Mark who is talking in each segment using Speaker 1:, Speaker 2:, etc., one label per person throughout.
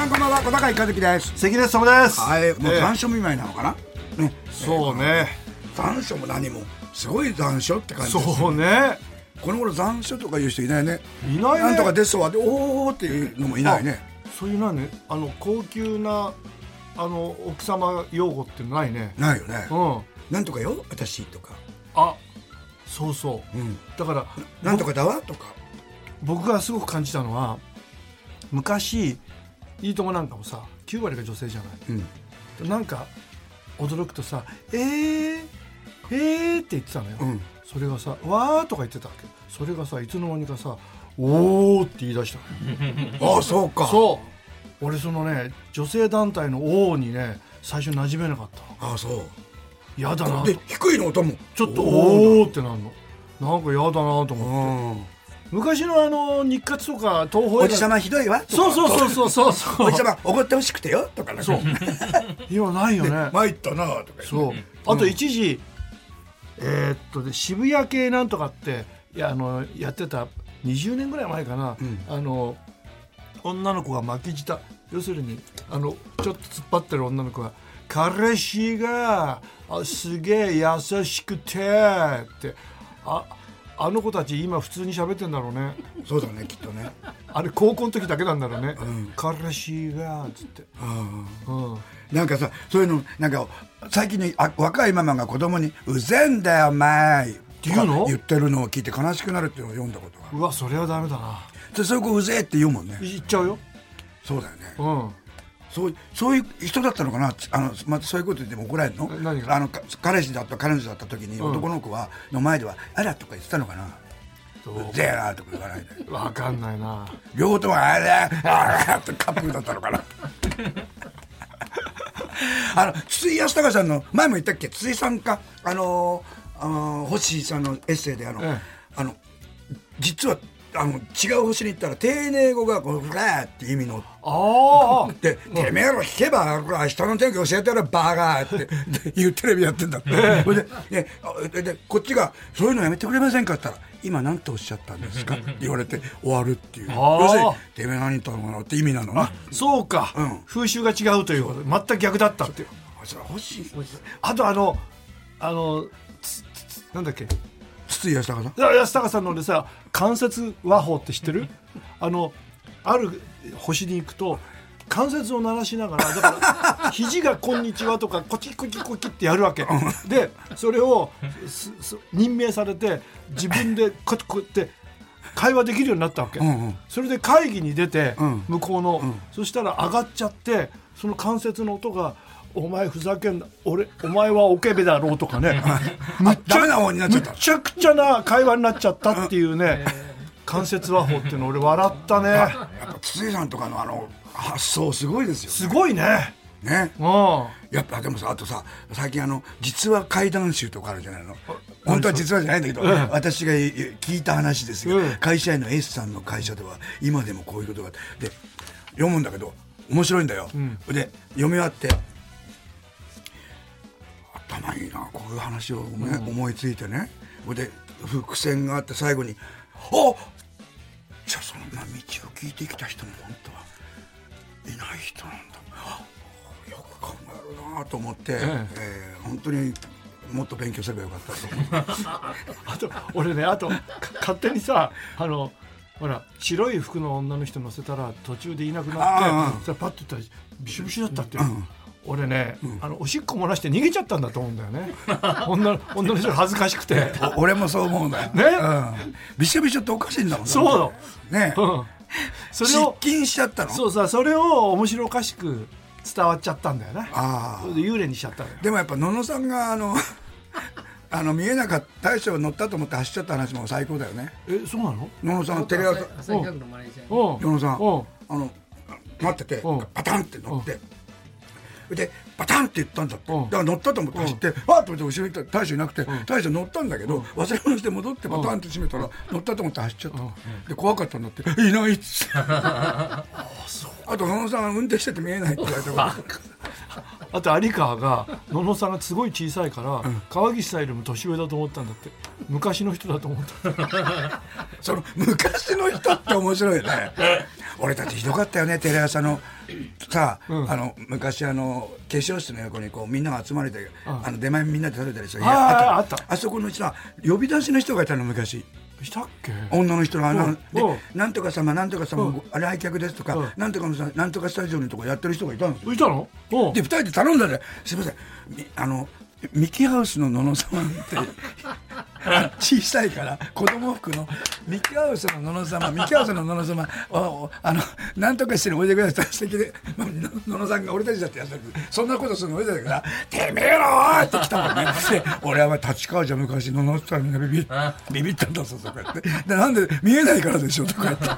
Speaker 1: 井一樹です
Speaker 2: 関根勤です
Speaker 1: はいもう
Speaker 2: ね
Speaker 1: 残暑見舞いなのかなね
Speaker 2: そうね
Speaker 1: 残暑も何もすごい残暑って感じです
Speaker 2: そうね
Speaker 1: この頃残暑とかいう人いないね
Speaker 2: いないね
Speaker 1: なんとか出そうはでおーっていうのもいないね
Speaker 2: そういうなねあの高級なあの奥様用語ってないね
Speaker 1: ないよね
Speaker 2: うん
Speaker 1: なんとかよ私とか
Speaker 2: あそうそう、
Speaker 1: うん
Speaker 2: だから
Speaker 1: なんとかだわとか
Speaker 2: 僕がすごく感じたのは昔いいともなんかもさ9割が女性じゃない
Speaker 1: うん
Speaker 2: なんか驚くとさ「えー、えー」って言ってたのよ、
Speaker 1: うん
Speaker 2: それがさ「わー」とか言ってたわけそれがさいつの間にかさ「おー」って言い出したのよ
Speaker 1: ああそうか
Speaker 2: そう俺そのね女性団体の「おー」にね最初馴染めなかったの
Speaker 1: ああそう
Speaker 2: やだなと
Speaker 1: で低いの音も
Speaker 2: ちょっと「
Speaker 1: お
Speaker 2: おー」ってなるのなんかやだなと
Speaker 1: う
Speaker 2: 思うん昔のあの日活とか東宝
Speaker 1: お
Speaker 2: 映画
Speaker 1: じさまひどいわとか
Speaker 2: そうそうそうそうそうそう
Speaker 1: おじさまおごってほしくてよとかなんか
Speaker 2: そう今ないよね
Speaker 1: 参ったなとか
Speaker 2: そうあと一時、えーっとで渋谷系なんとかっていやあのやってた20年ぐらい前かな、
Speaker 1: ん
Speaker 2: あの女の子が巻き舌要するにあのちょっと突っ張ってる女の子が「彼氏があすげえ優しくて」ってああの子たち今普通に喋ってんだろうね
Speaker 1: そうだねきっとね
Speaker 2: あれ高校の時だけなんだろうね「
Speaker 1: ん
Speaker 2: 彼氏が」っつって、
Speaker 1: うん
Speaker 2: うん、
Speaker 1: なんかさそういうのなんか最近のあ若いママが子供に「うぜんだよお前」って
Speaker 2: 言うの
Speaker 1: 言ってるのを聞いて悲しくなるっていうのを読んだことが
Speaker 2: うわそれはダメだな
Speaker 1: でそういう子「うぜ」って言うもんね
Speaker 2: い言っちゃうよ
Speaker 1: そうだよね
Speaker 2: うん
Speaker 1: そうそういう人だったのかなあの、ま、そういうこと言っても怒られるの
Speaker 2: え何が
Speaker 1: あのか彼氏だった彼女だった時に男の子は、の前では「あら」とか言ってたのかな「
Speaker 2: どう
Speaker 1: うぜえな」とか言わないで
Speaker 2: わかんないな。
Speaker 1: 両方とも「あらあら」ってカップルだったのかな あの筒井康隆さんの前も言ったっけ筒井さんかあのーあのー星さんのエッセイであの,、
Speaker 2: ええ
Speaker 1: あの実はあの違う星に行ったら丁寧語がこの「フラー」って意味の
Speaker 2: ああ、
Speaker 1: で「てめえら弾けば明日の天気教えてやるバカ」ってで言うテレビやってんだってそれで,、ね、あででこっちが「そういうのやめてくれませんか?」って言ったら「今何ておっしゃったんですか?」って言われて終わるっていう
Speaker 2: あー
Speaker 1: 要するに「てめえ何言ったのかな?」って意味なのな
Speaker 2: そうか、
Speaker 1: うん
Speaker 2: 風習が違うということで、全く逆だったっていう。
Speaker 1: あそれ欲しい
Speaker 2: あとあの、あの、つつつなんだっけ。
Speaker 1: 筒井康隆さん
Speaker 2: いや安高さんのでさ、関節和法って知っ てる。あの、ある星に行くと。関節を鳴らしながらだ から肘が「こんにちは」とか「こちこちこち」ってやるわけでそれをすす任命されて自分でこうやってこうやって会話できるようになったわけ、
Speaker 1: うんうん
Speaker 2: それで会議に出て、
Speaker 1: ん
Speaker 2: 向こうの、そしたら上がっちゃってその関節の音が「お前ふざけんな俺お前はオケベだろ」うとか ねむっ
Speaker 1: ダメな方になっちゃった
Speaker 2: むちゃくちゃな会話になっちゃったっていうね関節話法っていうの俺笑ったね
Speaker 1: やっぱ筒井さんとかのあの発想すごいですよ
Speaker 2: すごいね
Speaker 1: ね
Speaker 2: うんあ
Speaker 1: やっぱでもさあとさ最近あの実は怪談集とかあるじゃないの本当は実はじゃないんだけど、私がい聞いた話ですが、
Speaker 2: うん
Speaker 1: 会社員の S さんの会社では今でもこういうことがあってで読むんだけど面白いんだよ、で読み終わって頭いいなこういう話を、ね思いついてねほいで伏線があって最後に「おじゃあそんな道を聞いてきた人も本当はいない人なんだあよく考えるなと思って、え
Speaker 2: え
Speaker 1: ー本当にもっと勉強すればよかったと思う
Speaker 2: と俺ねあとか勝手にさあのほら白い服の女の人乗せたら途中でいなくな
Speaker 1: ああ
Speaker 2: ってそしたらパッと言ったらビシュビシュだったっていう。俺ね、あのおしっこ漏らして逃げちゃったんだと思うんだよ ね女の女の人が恥ずかしくて
Speaker 1: お俺もそう思うんだよ、
Speaker 2: ね
Speaker 1: うん、びしょびしょっておかしいんだもん
Speaker 2: そう
Speaker 1: ねえ
Speaker 2: うんそれ
Speaker 1: 失
Speaker 2: を
Speaker 1: 禁しちゃったの
Speaker 2: そうさそれを面白おかしく伝わっちゃったんだよな
Speaker 1: あ
Speaker 2: それで幽霊にしちゃったのよ
Speaker 1: あでもやっぱ野々さんがあの あの見えなかった大将が乗ったと思って走っちゃった話も最高だよね
Speaker 2: えそうなの
Speaker 1: 野々さんテレ朝
Speaker 3: 朝日学のマネージャーに
Speaker 2: う
Speaker 1: 与
Speaker 2: ん
Speaker 1: 野さん
Speaker 2: うん
Speaker 1: あの待ってて
Speaker 2: うん
Speaker 1: パタンって乗ってでパタンって言ったんだって
Speaker 2: うん
Speaker 1: だから乗ったと思って走ってわーっと思って後ろに行ったら大将いなくて大将乗ったんだけど忘れ物して戻ってパタンって閉めたら乗ったと思って走っちゃったで怖かったんだっていないっつって あと野々さんは運転してて見えないって言われたか ら
Speaker 2: あと有川が 野々さんがすごい小さいから川岸さんよりも年上だと思ったんだって昔の人だと思った
Speaker 1: その昔の人って面白いね俺たちひどかったよねテレ朝のさあ,、
Speaker 2: うん
Speaker 1: あの昔あの化粧室の横にこうみんなが集まれて、
Speaker 2: ん
Speaker 1: あの出前みんなで食べたりした
Speaker 2: はいはいあった
Speaker 1: あそこのうちの呼び出しの人がいたの昔。
Speaker 2: したっけ
Speaker 1: 女の人のあの、
Speaker 2: うん
Speaker 1: で
Speaker 2: うん
Speaker 1: なんとか様なんとか様、
Speaker 2: うん
Speaker 1: あれ来客ですとか、
Speaker 2: うん
Speaker 1: なんとかのさなんとかスタジオのとこやってる人がいたんですよ
Speaker 2: いたのおう
Speaker 1: で二人で頼んだらすいませんみあのミキハウスの野々様って 小さいから子供服のミキハウスの野々様ミキハウスの野々様おおあのなんとかしておいでください素敵でまあの野々さんが俺たちだってやってるそんなことするの俺たちだから「てめえらおい!」って来たもんねで俺は立川じゃ昔野々って言ったらみんなビビビビったんだぞとか言ってでなんで見えないからでしょとか言って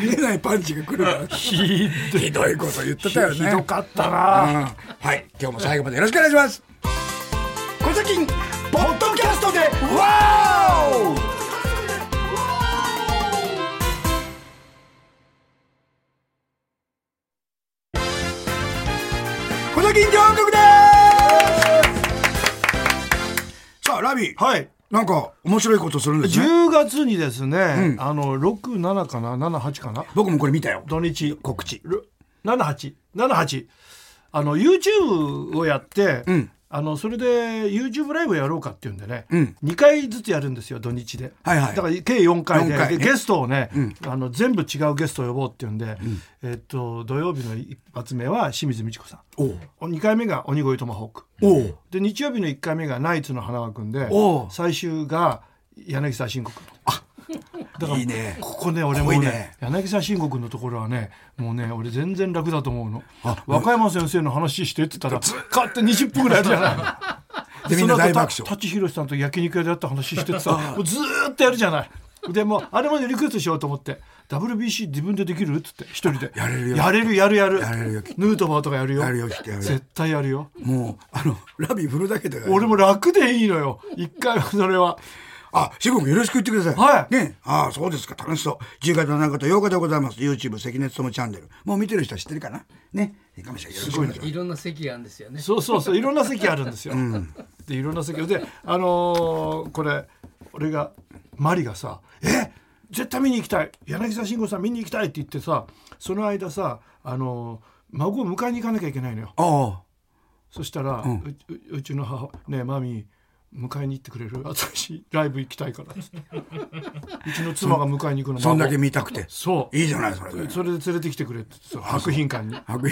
Speaker 1: 見見えないパンチが来るから
Speaker 2: ひ
Speaker 1: ひどいこと言ってたよね
Speaker 2: ひどかっ
Speaker 1: う
Speaker 2: たな、
Speaker 1: んはい、今日も最後までよろしくお願いします。小崎ポッドキャストでワオ。小崎上国です。さあ、ラビー、
Speaker 2: はい
Speaker 1: なんか面白いことするんですね。
Speaker 2: 10月にですね、
Speaker 1: ん
Speaker 2: あの67かな78かな
Speaker 1: 僕もこれ見たよ。
Speaker 2: 土日
Speaker 1: 告知。
Speaker 2: 7878あの YouTube をやって、
Speaker 1: うん
Speaker 2: あのそれで YouTube ライブやろうかっていうんでね、
Speaker 1: うん
Speaker 2: 2回ずつやるんですよ土日で、
Speaker 1: はいはい
Speaker 2: だから計4回で
Speaker 1: 四回ね
Speaker 2: でゲストをね、あの全部違うゲストを呼ぼうっていうんで、えっと土曜日の一発目は清水美智子さん
Speaker 1: おう
Speaker 2: お2回目が鬼越トマホーク
Speaker 1: おう
Speaker 2: で日曜日の1回目がナイツの花輪君で
Speaker 1: おう
Speaker 2: 最終が柳沢慎吾君だから
Speaker 1: いいね
Speaker 2: ここね俺も
Speaker 1: 濃い
Speaker 2: ね
Speaker 1: ね
Speaker 2: 柳沢慎吾君のところはねもうね俺全然楽だと思うの
Speaker 1: あ
Speaker 2: 和歌山先生の話してって言ったらカッて20分ぐらいやるじゃない
Speaker 1: でみんな大爆
Speaker 2: その後
Speaker 1: 笑。
Speaker 2: 舘ひろしさんと焼肉屋で会った話しててさ もうずーっとやるじゃないでもうあれまでリクエストしようと思って WBC 自分でできるっつって一人で
Speaker 1: やれるよ
Speaker 2: やれるやるやる
Speaker 1: やれるよ
Speaker 2: ヌートバーとかやるよ
Speaker 1: やるよきっとやるよ
Speaker 2: 絶対やるよ
Speaker 1: もうあのラビー振るだけで。
Speaker 2: 俺も楽でいいのよ一回はそれは
Speaker 1: あ、シゴ君よろしく言ってください。
Speaker 2: はい
Speaker 1: ねああ、そうですか。楽しそう。10月7日と8日でございます。YouTube 関根勤チャンネル。もう見てる人は知ってるかなね。いいかもしれない。よろしくお願いしま
Speaker 3: いろんな席があるんですよね。
Speaker 2: そうそうそういろんな席あるんですよ、でいろんな席であのーこれ俺がマリがさ「え絶対見に行きたい柳沢慎吾さん見に行きたい」って言ってさその間さあのー孫を迎えに行かなきゃいけないのよ
Speaker 1: す。あ
Speaker 2: そしたら、うううちの母「ねえマミー迎えに行ってくれる私ライブ行きたいから」つってうちの妻が迎えに行くの
Speaker 1: あ、そんだけ
Speaker 2: 孫
Speaker 1: 見たくて。
Speaker 2: そう
Speaker 1: いいじゃない、それ。
Speaker 2: それで連れてきてくれって言ってさ博品館に
Speaker 1: 白衣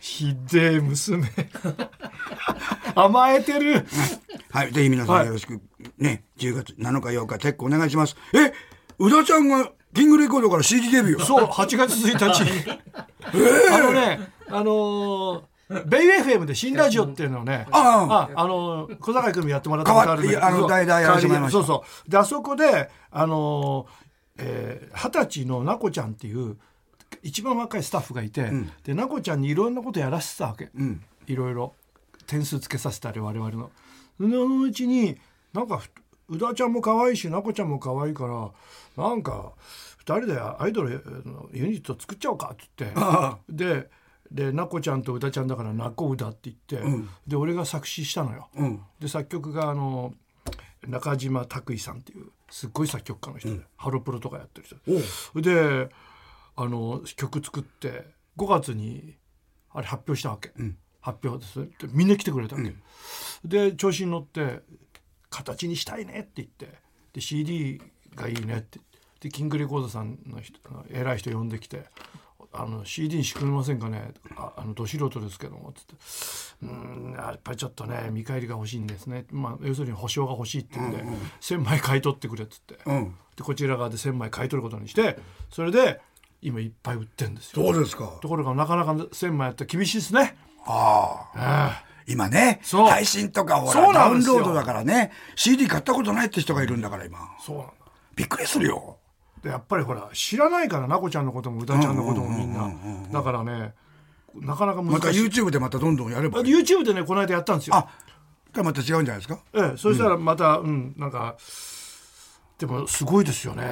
Speaker 2: ひでえ娘 甘えてる
Speaker 1: はい。ぜひ皆さんよろしく。ね。10月7日8日、チェックお願いします。え、宇田ちゃんがキングレコードから CD デビュー。
Speaker 2: そう、8月1日。 あのね、あのーベイ FM で新ラジオっていうのをね、
Speaker 1: あ
Speaker 2: あ、あのー小坂井君にやってもらったことあるんだけど
Speaker 1: 代わってあの代々やらせてもらいました
Speaker 2: そうそう。で、あそこで、あのーえー、20歳のなこちゃんっていう、一番若いスタッフがいて、で、なこちゃんにいろんなことやらせてたわけ。いろいろ。点数つけさせたり、我々の。そのうちに、なんかふ、宇田ちゃんも可愛いし、なこちゃんも可愛いから、なんか、二人でアイドルあのユニット作っちゃおうかっつって ででなこちゃんと歌ちゃんだからなこ歌って言って、で俺が作詞したのよ、で作曲があの中島拓衣さんっていうすっごい作曲家の人で、ハロプロとかやってる人であの曲作って5月にあれ発表したわけ、発表ですでみんな来てくれたわけ、で調子に乗って形にしたいねって言ってで CD がいいねってでキングレコードさんの人あの偉い人呼んできて「あの CD にしてくれませんかね?」ああのど素人ですけども」つって「うーんやっぱりちょっとね見返りが欲しいんですね」まあ、要するに保証が欲しいって言うんで「1,000枚買い取ってくれ」っつって、
Speaker 1: ん
Speaker 2: でこちら側で1,000枚買い取ることにしてそれで今いっぱい売ってるんですよ。
Speaker 1: そうですか
Speaker 2: と。ころがなかなか1,000枚やったら厳しいですね。
Speaker 1: ああ。今ね、
Speaker 2: そう
Speaker 1: 配信とかほ
Speaker 2: そ
Speaker 1: ら
Speaker 2: う
Speaker 1: ダ
Speaker 2: な
Speaker 1: ウ
Speaker 2: ん
Speaker 1: ン
Speaker 2: ですよ
Speaker 1: ロードだからね、CD 買ったことないって人がいるんだから今。
Speaker 2: そうなんだ
Speaker 1: びっくりするよ。
Speaker 2: でやっぱりほら知らないからなこちゃんのこともうたちゃんのこともみんなだからねなかなか
Speaker 1: ま
Speaker 2: 難
Speaker 1: た
Speaker 2: しい、
Speaker 1: YouTube でまたどんどんやれば。
Speaker 2: YouTube でねこの間やったんですよ
Speaker 1: あ、じゃあまた違うんじゃないですか
Speaker 2: ええ、そしたらまたうん、なんかでもすごいですよね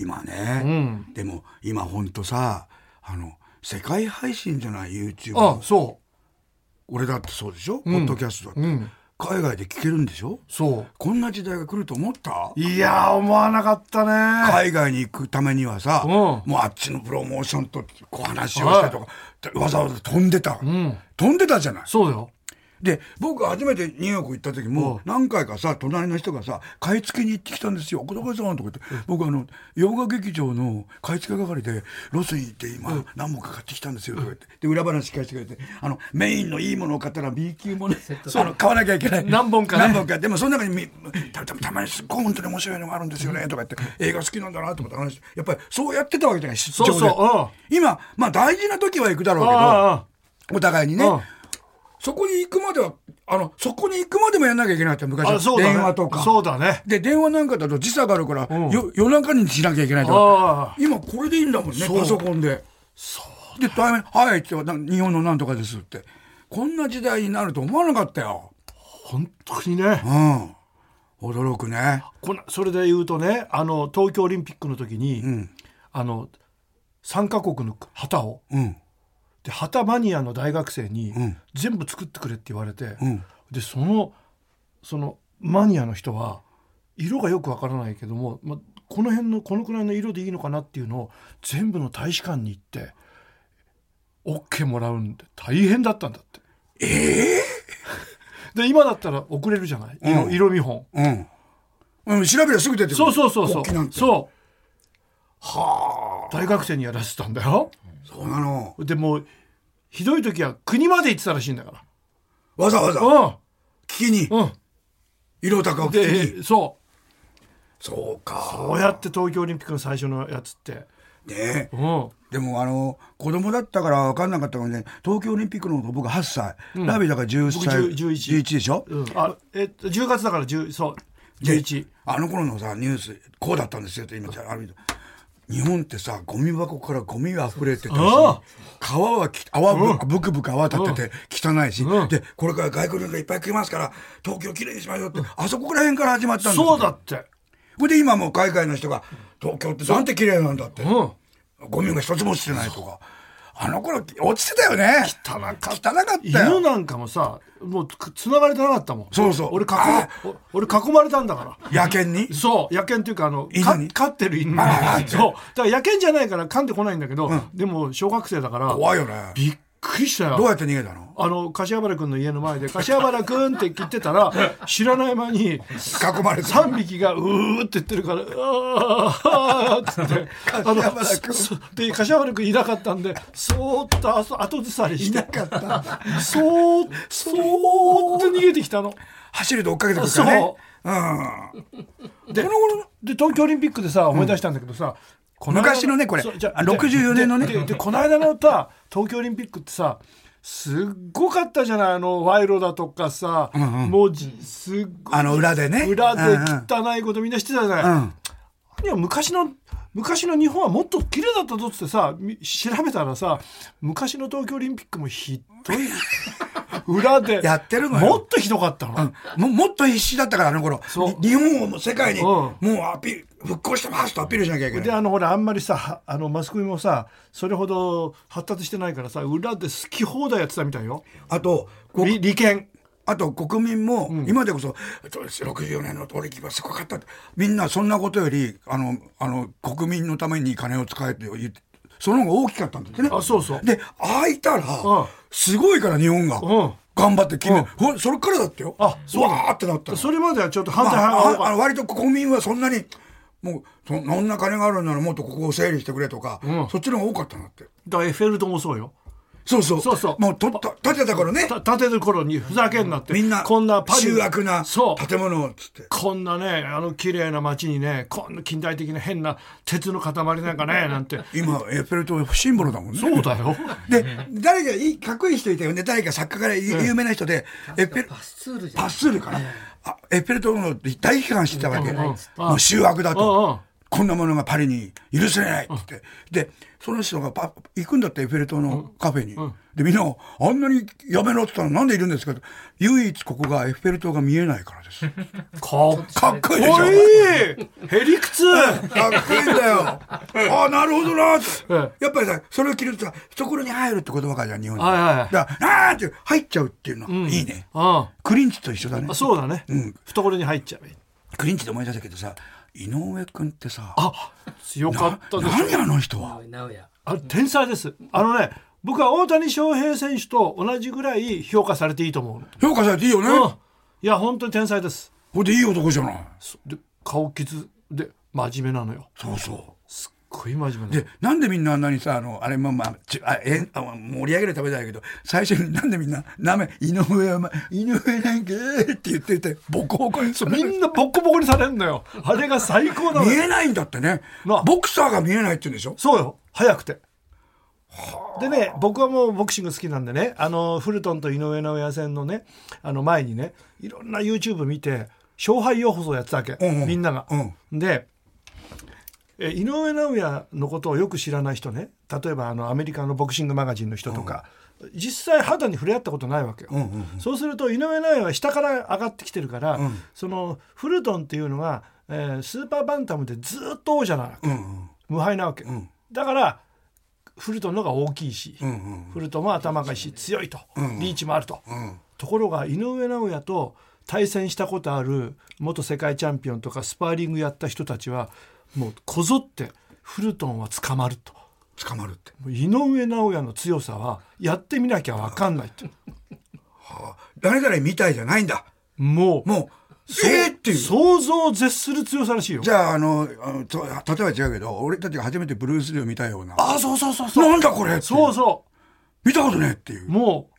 Speaker 1: 今ね、でも今ほんとさあの世界配信じゃない YouTube
Speaker 2: あそう
Speaker 1: 俺だってそうでしょ、ポッドキャストだって、
Speaker 2: うん
Speaker 1: 海外で聞けるんでしょ
Speaker 2: そ
Speaker 1: こんな時代が来ると思った
Speaker 2: ういやー思わなかったね、
Speaker 1: 海外に行くためにはさ、
Speaker 2: うん
Speaker 1: もうあっちのプロモーションとこう話をしたりとか、わざわざ飛んでた、
Speaker 2: うん
Speaker 1: 飛んでたじゃない
Speaker 2: そうよ
Speaker 1: で僕初めてニューヨーク行った時
Speaker 2: うん
Speaker 1: も何回かさ隣の人がさ「買い付けに行ってきたんですよ小高さん」とか言って僕あの洋画劇場の買い付け係でロスに行って今何本か買ってきたんですよとか言ってで裏話聞かせてくれてあのメインのいいものを買ったら B 級もねあの買わなきゃいけない
Speaker 2: 何本かね
Speaker 1: 何本かでもその中にみたたたまにすっごい本当に面白いのがあるんですよねとか言って映画好きなんだなと思って話してやっぱりそうやってたわけじゃない出張で
Speaker 2: そうそ
Speaker 1: 今まあ大事な時は行くだろうけ
Speaker 2: ああ
Speaker 1: どお互いにね
Speaker 2: うん
Speaker 1: そこに行くまでは、あの、そこに行くまでもやんなきゃいけないって昔
Speaker 2: あ
Speaker 1: は
Speaker 2: そうだね
Speaker 1: 電話とか。
Speaker 2: そうだね
Speaker 1: で、電話なんかだと時差があるから、
Speaker 2: うん
Speaker 1: よ夜中にしなきゃいけないと
Speaker 2: ああ
Speaker 1: か。今これでいいんだもんね、
Speaker 2: そう
Speaker 1: パソコンで。で、対面、はいって言ったら、な日本のなんとかですって。こんな時代になると思わなかったよ。
Speaker 2: 本当にね
Speaker 1: うん。驚くね。
Speaker 2: このそれで言うとねあの東京オリンピックの時に、
Speaker 1: ん
Speaker 2: あの3カ国の旗を
Speaker 1: うん。
Speaker 2: で旗マニアの大学生に
Speaker 1: ん
Speaker 2: 全部作ってくれって言われて、
Speaker 1: うん。
Speaker 2: でそのそのマニアの人は色がよくわからないけども、ま、この辺のこのくらいの色でいいのかなっていうのを全部の大使館に行って OK もらうんで大変だったんだって。えで今だったら送れるじゃない色,、
Speaker 1: うん
Speaker 2: 色見本。
Speaker 1: うん。うん、調べりゃすぐ出てくる。
Speaker 2: そうそうそうそ
Speaker 1: 国旗なん
Speaker 2: う。
Speaker 1: て
Speaker 2: そう
Speaker 1: はあ。
Speaker 2: 大学生にやらせてたんだよ。
Speaker 1: そうなの。
Speaker 2: でもうひどい時は国まで行ってたらしいんだか
Speaker 1: わざわざ
Speaker 2: ら。、う
Speaker 1: 聞きに、
Speaker 2: んうん。
Speaker 1: 色高を聞きに。
Speaker 2: でそう。
Speaker 1: そうか。
Speaker 2: こうやって東京オリンピックの最初のやつって。
Speaker 1: ねえ
Speaker 2: うん。
Speaker 1: でもあの子供だったから分かんなかったのね東京オリンピックの僕8歳、ラビーだから10歳
Speaker 2: 僕10 11
Speaker 1: 11でしょ、
Speaker 2: うん、あえっと10月だから10そう
Speaker 1: で
Speaker 2: 11
Speaker 1: あの頃のさニュースこうだったんですよって今ある日本ってさゴミ箱からゴミが溢れてたし
Speaker 2: ああ
Speaker 1: 川はき泡ぶ,、ぶくぶく泡立ってて汚いし、
Speaker 2: うん
Speaker 1: でこれから外国人がいっぱい来ますから東京きれいにしましょうって、あそこら辺から始まったんだ
Speaker 2: そうだって
Speaker 1: それで今もう海外の人が東京ってなんてきれいなんだって
Speaker 2: うん汚
Speaker 1: ゴミが一つも落ちてないとかあの頃落ちてたよね
Speaker 2: かっ
Speaker 1: 汚かった
Speaker 2: 犬
Speaker 1: よ
Speaker 2: なんかもさもうつ繋がれてなかったもん
Speaker 1: そうそう
Speaker 2: 俺囲
Speaker 1: あ
Speaker 2: 俺囲まれたんだから
Speaker 1: 野犬に
Speaker 2: そう野犬っていうかあの
Speaker 1: 犬
Speaker 2: か
Speaker 1: に
Speaker 2: 飼ってる犬に
Speaker 1: ああ
Speaker 2: そうだから野犬じゃないから噛んでこないんだけど、でも小学生だから
Speaker 1: 怖いよね
Speaker 2: びっくりしたよ
Speaker 1: どうやって逃げたの
Speaker 2: あの柏原君の家の前で「柏原君」って言ってたら知らない間に
Speaker 1: 囲まれて
Speaker 2: 3匹が「うー」って言ってるから「うー」っつってあの
Speaker 1: 柏原君
Speaker 2: そで柏原君いなかったんでそーっとあそ後ずさりしてったそーっとそーっと逃げてきたの
Speaker 1: 走ると追っかけてくるからね
Speaker 2: そでで東京オリンピックでさ思い出したんだけどさ、こ間
Speaker 1: 昔のねこれ
Speaker 2: そうじゃ
Speaker 1: あ64年のね
Speaker 2: でででこの間のさ東京オリンピックってさすっごかったじゃないあの賄賂だとかさ、もうじすっごい
Speaker 1: あの裏でね
Speaker 2: 裏
Speaker 1: うんうん
Speaker 2: で汚いことみんなしてたじゃない、
Speaker 1: うん、うん、
Speaker 2: いや昔の昔の日本はもっと綺麗だったぞっつってさみ調べたらさ昔の東京オリンピックもひ どい裏で
Speaker 1: やってるのよ
Speaker 2: もっとひどかったの、
Speaker 1: ももっと必死だったからあの頃
Speaker 2: そう
Speaker 1: に日本をもう世界に
Speaker 2: うん
Speaker 1: もうアピール復興してますとアピールしなきゃいけ
Speaker 2: で
Speaker 1: ない
Speaker 2: あのほらあんまりさはあのマスコミもさそれほど発達してないからさ裏で好き放題やってたみたいよ
Speaker 1: あとこ
Speaker 2: り利権
Speaker 1: あと国民も、今でこそそうです64年の通り木はすごかったってみんなそんなことよりあのあの国民のために金を使えって言ってその方が大きかったんだってね
Speaker 2: あそうそう
Speaker 1: で開いたら
Speaker 2: ん
Speaker 1: すごいから日本が
Speaker 2: ん
Speaker 1: 頑張って決め
Speaker 2: うん
Speaker 1: ほんそれからだってよ
Speaker 2: あそうだ
Speaker 1: わーってなったの
Speaker 2: それまではちょっと反
Speaker 1: ま
Speaker 2: 対
Speaker 1: あ
Speaker 2: 派
Speaker 1: ああの割と国民はそんなにもうそそんな金があるならもっとここを整理してくれとか、
Speaker 2: ん
Speaker 1: そっちの方が多かったんだって
Speaker 2: だエッフェル塔もそうよ
Speaker 1: そうそう
Speaker 2: そうそう
Speaker 1: もうとった建てた頃ね
Speaker 2: た建てる頃にふざけんなって
Speaker 1: みんな
Speaker 2: こんなパリ
Speaker 1: 醜悪な
Speaker 2: そう
Speaker 1: 建物をつって
Speaker 2: こんなねあの綺麗な街にねこんな近代的な変な鉄の塊なんかねなんて
Speaker 1: 今エッフェル塔シンボルだもんね
Speaker 2: そうだ よ
Speaker 1: で誰かいいかっこいい人いたよね誰か作家から有有名な人で、エッフェル
Speaker 3: パスツールじゃん
Speaker 1: パスールかな、あエッフェル塔の大批判してたわけ、
Speaker 2: うんうん
Speaker 1: もう醜悪だと、
Speaker 2: うんうん
Speaker 1: こんなものがパリに許せないって言って、で、その人がパ行くんだってエッフェル塔のカフェに。で、みんなが、あんなにやめろって言ったらなんでいるんですかって唯一ここがエッフェル塔が見えないからです。
Speaker 2: かっ
Speaker 1: かっこいいでしょ
Speaker 2: こいいへりくつ
Speaker 1: かっこいいんだよ。 ああ、なるほどなー
Speaker 2: え
Speaker 1: って。やっぱりさ、それを着るとさ、懐に入るって言葉がじゃん、日本に。
Speaker 2: はいはいはい
Speaker 1: だから、あーって入っちゃうっていうのは、いいね。
Speaker 2: あ
Speaker 1: クリンチと一緒だね
Speaker 2: あ。そうだね、
Speaker 1: ん
Speaker 2: 懐に入っちゃう
Speaker 1: クリンチで思い出したけどさ、井上くんってさ、
Speaker 2: あ強かったです
Speaker 1: 何あの人は。
Speaker 3: なおや。
Speaker 2: あれ天才ですあのね僕は大谷翔平選手と同じぐらい評価されていいと思う
Speaker 1: 評価されていいよね。
Speaker 2: うんいや本当に天才です
Speaker 1: ほんでいい男じゃない。
Speaker 2: そで顔傷で真面目なのよ
Speaker 1: そうそ
Speaker 2: すっごい真面目
Speaker 1: う。
Speaker 2: なの
Speaker 1: で、なんでみんなあんなにさ、あの、あれ、まあまあ、ちあえんあ盛り上げるためだけど、最初になんでみんな、なめ、井上は、ま、井上なんけーって言ってて、ボコボコにする。
Speaker 2: みんなボッコボコにされるのよあれが最高なの
Speaker 1: 見
Speaker 2: よ
Speaker 1: えないんだってね
Speaker 2: なあ
Speaker 1: ボクサーが見えないって言うんでしょ
Speaker 2: そうよ早くてでね僕はもうボクシング好きなんでねあのフルトンと井上尚弥戦のねあの前にねいろんな YouTube 見て勝敗予想やってたわけ、
Speaker 1: うんうん
Speaker 2: みんなが、
Speaker 1: う
Speaker 2: でえ井上尚弥のことをよく知らない人ね例えばあのアメリカのボクシングマガジンの人とか、実際肌に触れ合ったことないわけよ、
Speaker 1: うんうん
Speaker 2: そうすると井上尚弥は下から上がってきてるから、
Speaker 1: ん
Speaker 2: そのフルトンっていうのが、えースーパーバンタムでずっと王者なわけ、
Speaker 1: うんうん
Speaker 2: 無敗なわけ、
Speaker 1: ん
Speaker 2: だからフルトンの方が大きいし、
Speaker 1: うんうん
Speaker 2: フルトンも頭がいいし強いと、
Speaker 1: うん
Speaker 2: リーチもあると、
Speaker 1: うん
Speaker 2: ところが井上尚弥と対戦したことある元世界チャンピオンとかスパーリングやった人たちはもうこぞってフルトンは捕まると
Speaker 1: 捕まるって
Speaker 2: もう井上尚弥の強さはやってみなきゃ分かんないって
Speaker 1: 誰々みたいじゃないんだ
Speaker 2: もう
Speaker 1: もう
Speaker 2: そう
Speaker 1: えー、っていう
Speaker 2: 想像を絶する強さらしいよ
Speaker 1: じゃああのあのと例えば違うけど俺たちが初めてブルース・リーを見たような
Speaker 2: ああそうそうそうそう
Speaker 1: なんだこれって
Speaker 2: そうそ
Speaker 1: 見たことねえっていう
Speaker 2: うも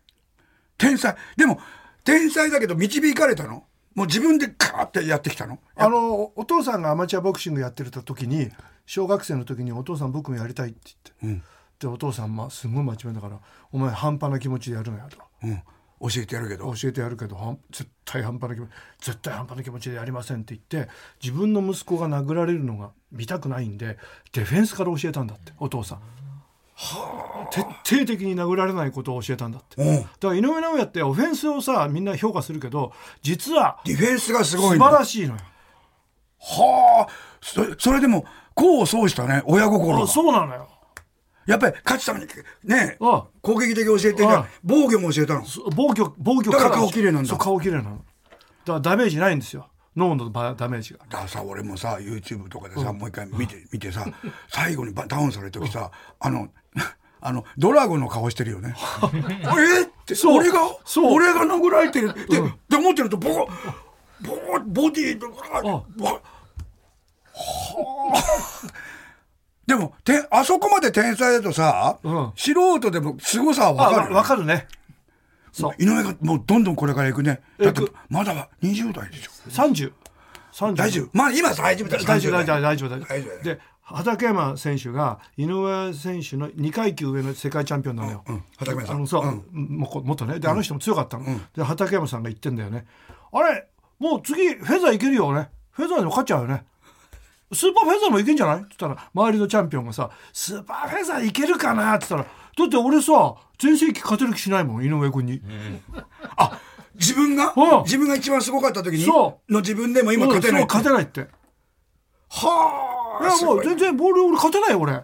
Speaker 1: 天才でも天才だけど導かれたのもう自分でカーってやってきたの
Speaker 2: うあのお父さんがアマチュアボクシングやってた時に小学生の時に「お父さん僕もやりたい」って言って、
Speaker 1: うん
Speaker 2: でお父さんまあすごい真面目だから「お前半端な気持ちでやるのや」と。
Speaker 1: うん教えてやるけど
Speaker 2: 教えてやるけどはん絶対半端な気持ち絶対半端な気持ちでやりませんって言って自分の息子が殴られるのが見たくないんでディフェンスから教えたんだってお父さん。徹底的に殴られないことを教えたんだって。だ
Speaker 1: うん
Speaker 2: から井上尚弥ってオフェンスをさみんな評価するけど実は
Speaker 1: ディフェンスがすご
Speaker 2: 素
Speaker 1: い
Speaker 2: 晴
Speaker 1: んだ
Speaker 2: らしいのよ。
Speaker 1: はあそそれでも功を奏したね親心
Speaker 2: あ
Speaker 1: が
Speaker 2: そうなのよ。
Speaker 1: やっぱり勝つためにね
Speaker 2: あ
Speaker 1: 攻撃的に教えて
Speaker 2: あ
Speaker 1: 防御も教えたの
Speaker 2: そ防御防御
Speaker 1: だから顔綺麗なんだ
Speaker 2: そう顔綺麗なの。だからダメージないんですよ。脳のばダメージが。
Speaker 1: だからさ俺もさ YouTube とかでさ、もう一回見て見てさ最後にバダウンされた時さ、あの あのドラゴンの顔してる よねえって
Speaker 2: そう
Speaker 1: 俺が
Speaker 2: そう
Speaker 1: 俺が殴られてるって、で思ってるとボコボコボディとか
Speaker 2: あ
Speaker 1: ボコはあでもてあそこまで天才だとさ、
Speaker 2: うん
Speaker 1: 素人でも凄さは
Speaker 2: あ
Speaker 1: 分か
Speaker 2: わ
Speaker 1: るよね
Speaker 2: わかるね。そう
Speaker 1: 井上がもうどんどんこれから行くね。だって
Speaker 2: 行く
Speaker 1: まだ20代でしょ。
Speaker 2: 三十三
Speaker 1: 大丈夫。まあ今大丈夫だよ。
Speaker 2: 大丈夫大
Speaker 1: 30
Speaker 2: 丈
Speaker 1: 代
Speaker 2: 夫大丈夫大
Speaker 1: 大
Speaker 2: 丈
Speaker 1: 丈夫
Speaker 2: 夫で畠山選手が井上選手の2階級上の世界チャンピオンなのよ、
Speaker 1: うんうん畠山さん
Speaker 2: あのさ、
Speaker 1: う
Speaker 2: もこもっとねであの人も強かったの、で畠山さんが言ってんだよねあれもう次フェザーいけるよねフェザーでも勝っちゃうよねスーパーフェザーもいけんじゃないって言ったら周りのチャンピオンがさ「スーパーフェザーいけるかな?」って言ったら「だって俺さ全盛期勝てる気しないもん井上君に」
Speaker 1: 自分が
Speaker 2: うん
Speaker 1: 自分が一番すごかった時にの
Speaker 2: そ
Speaker 1: 自分でも今勝てな
Speaker 2: う
Speaker 1: い
Speaker 2: ん。そう勝てないってい
Speaker 1: はあ。
Speaker 2: や
Speaker 1: す
Speaker 2: も
Speaker 1: ご
Speaker 2: う
Speaker 1: い
Speaker 2: 全然ボール俺勝てないよ 俺井上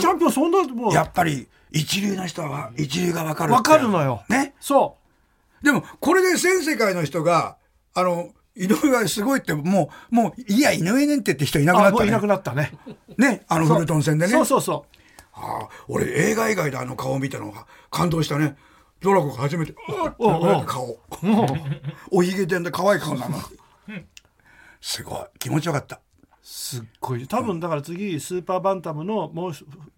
Speaker 2: チャンピオンそんなもう
Speaker 1: やっぱり一流な人は一流がわかるって。
Speaker 2: わかるのよ
Speaker 1: ね。
Speaker 2: そ
Speaker 1: でもこれで全世界の人があの井上がすごいってもうもういや井上なんてって人いな
Speaker 2: う
Speaker 1: く
Speaker 2: あ
Speaker 1: なっ
Speaker 2: もういな
Speaker 1: た
Speaker 2: く
Speaker 1: ね。
Speaker 2: なったね
Speaker 1: ねあのフルトン戦でね。
Speaker 2: そうそうそう
Speaker 1: ああ、俺映画以外であの顔を見たのが感動したね。ドラゴンが初めて、 ああ
Speaker 2: おうおう
Speaker 1: 顔。 おひげでんで可愛い顔なの。すごい。気持ちよかった。
Speaker 2: すっごい多分だから次スーパーバンタムのもう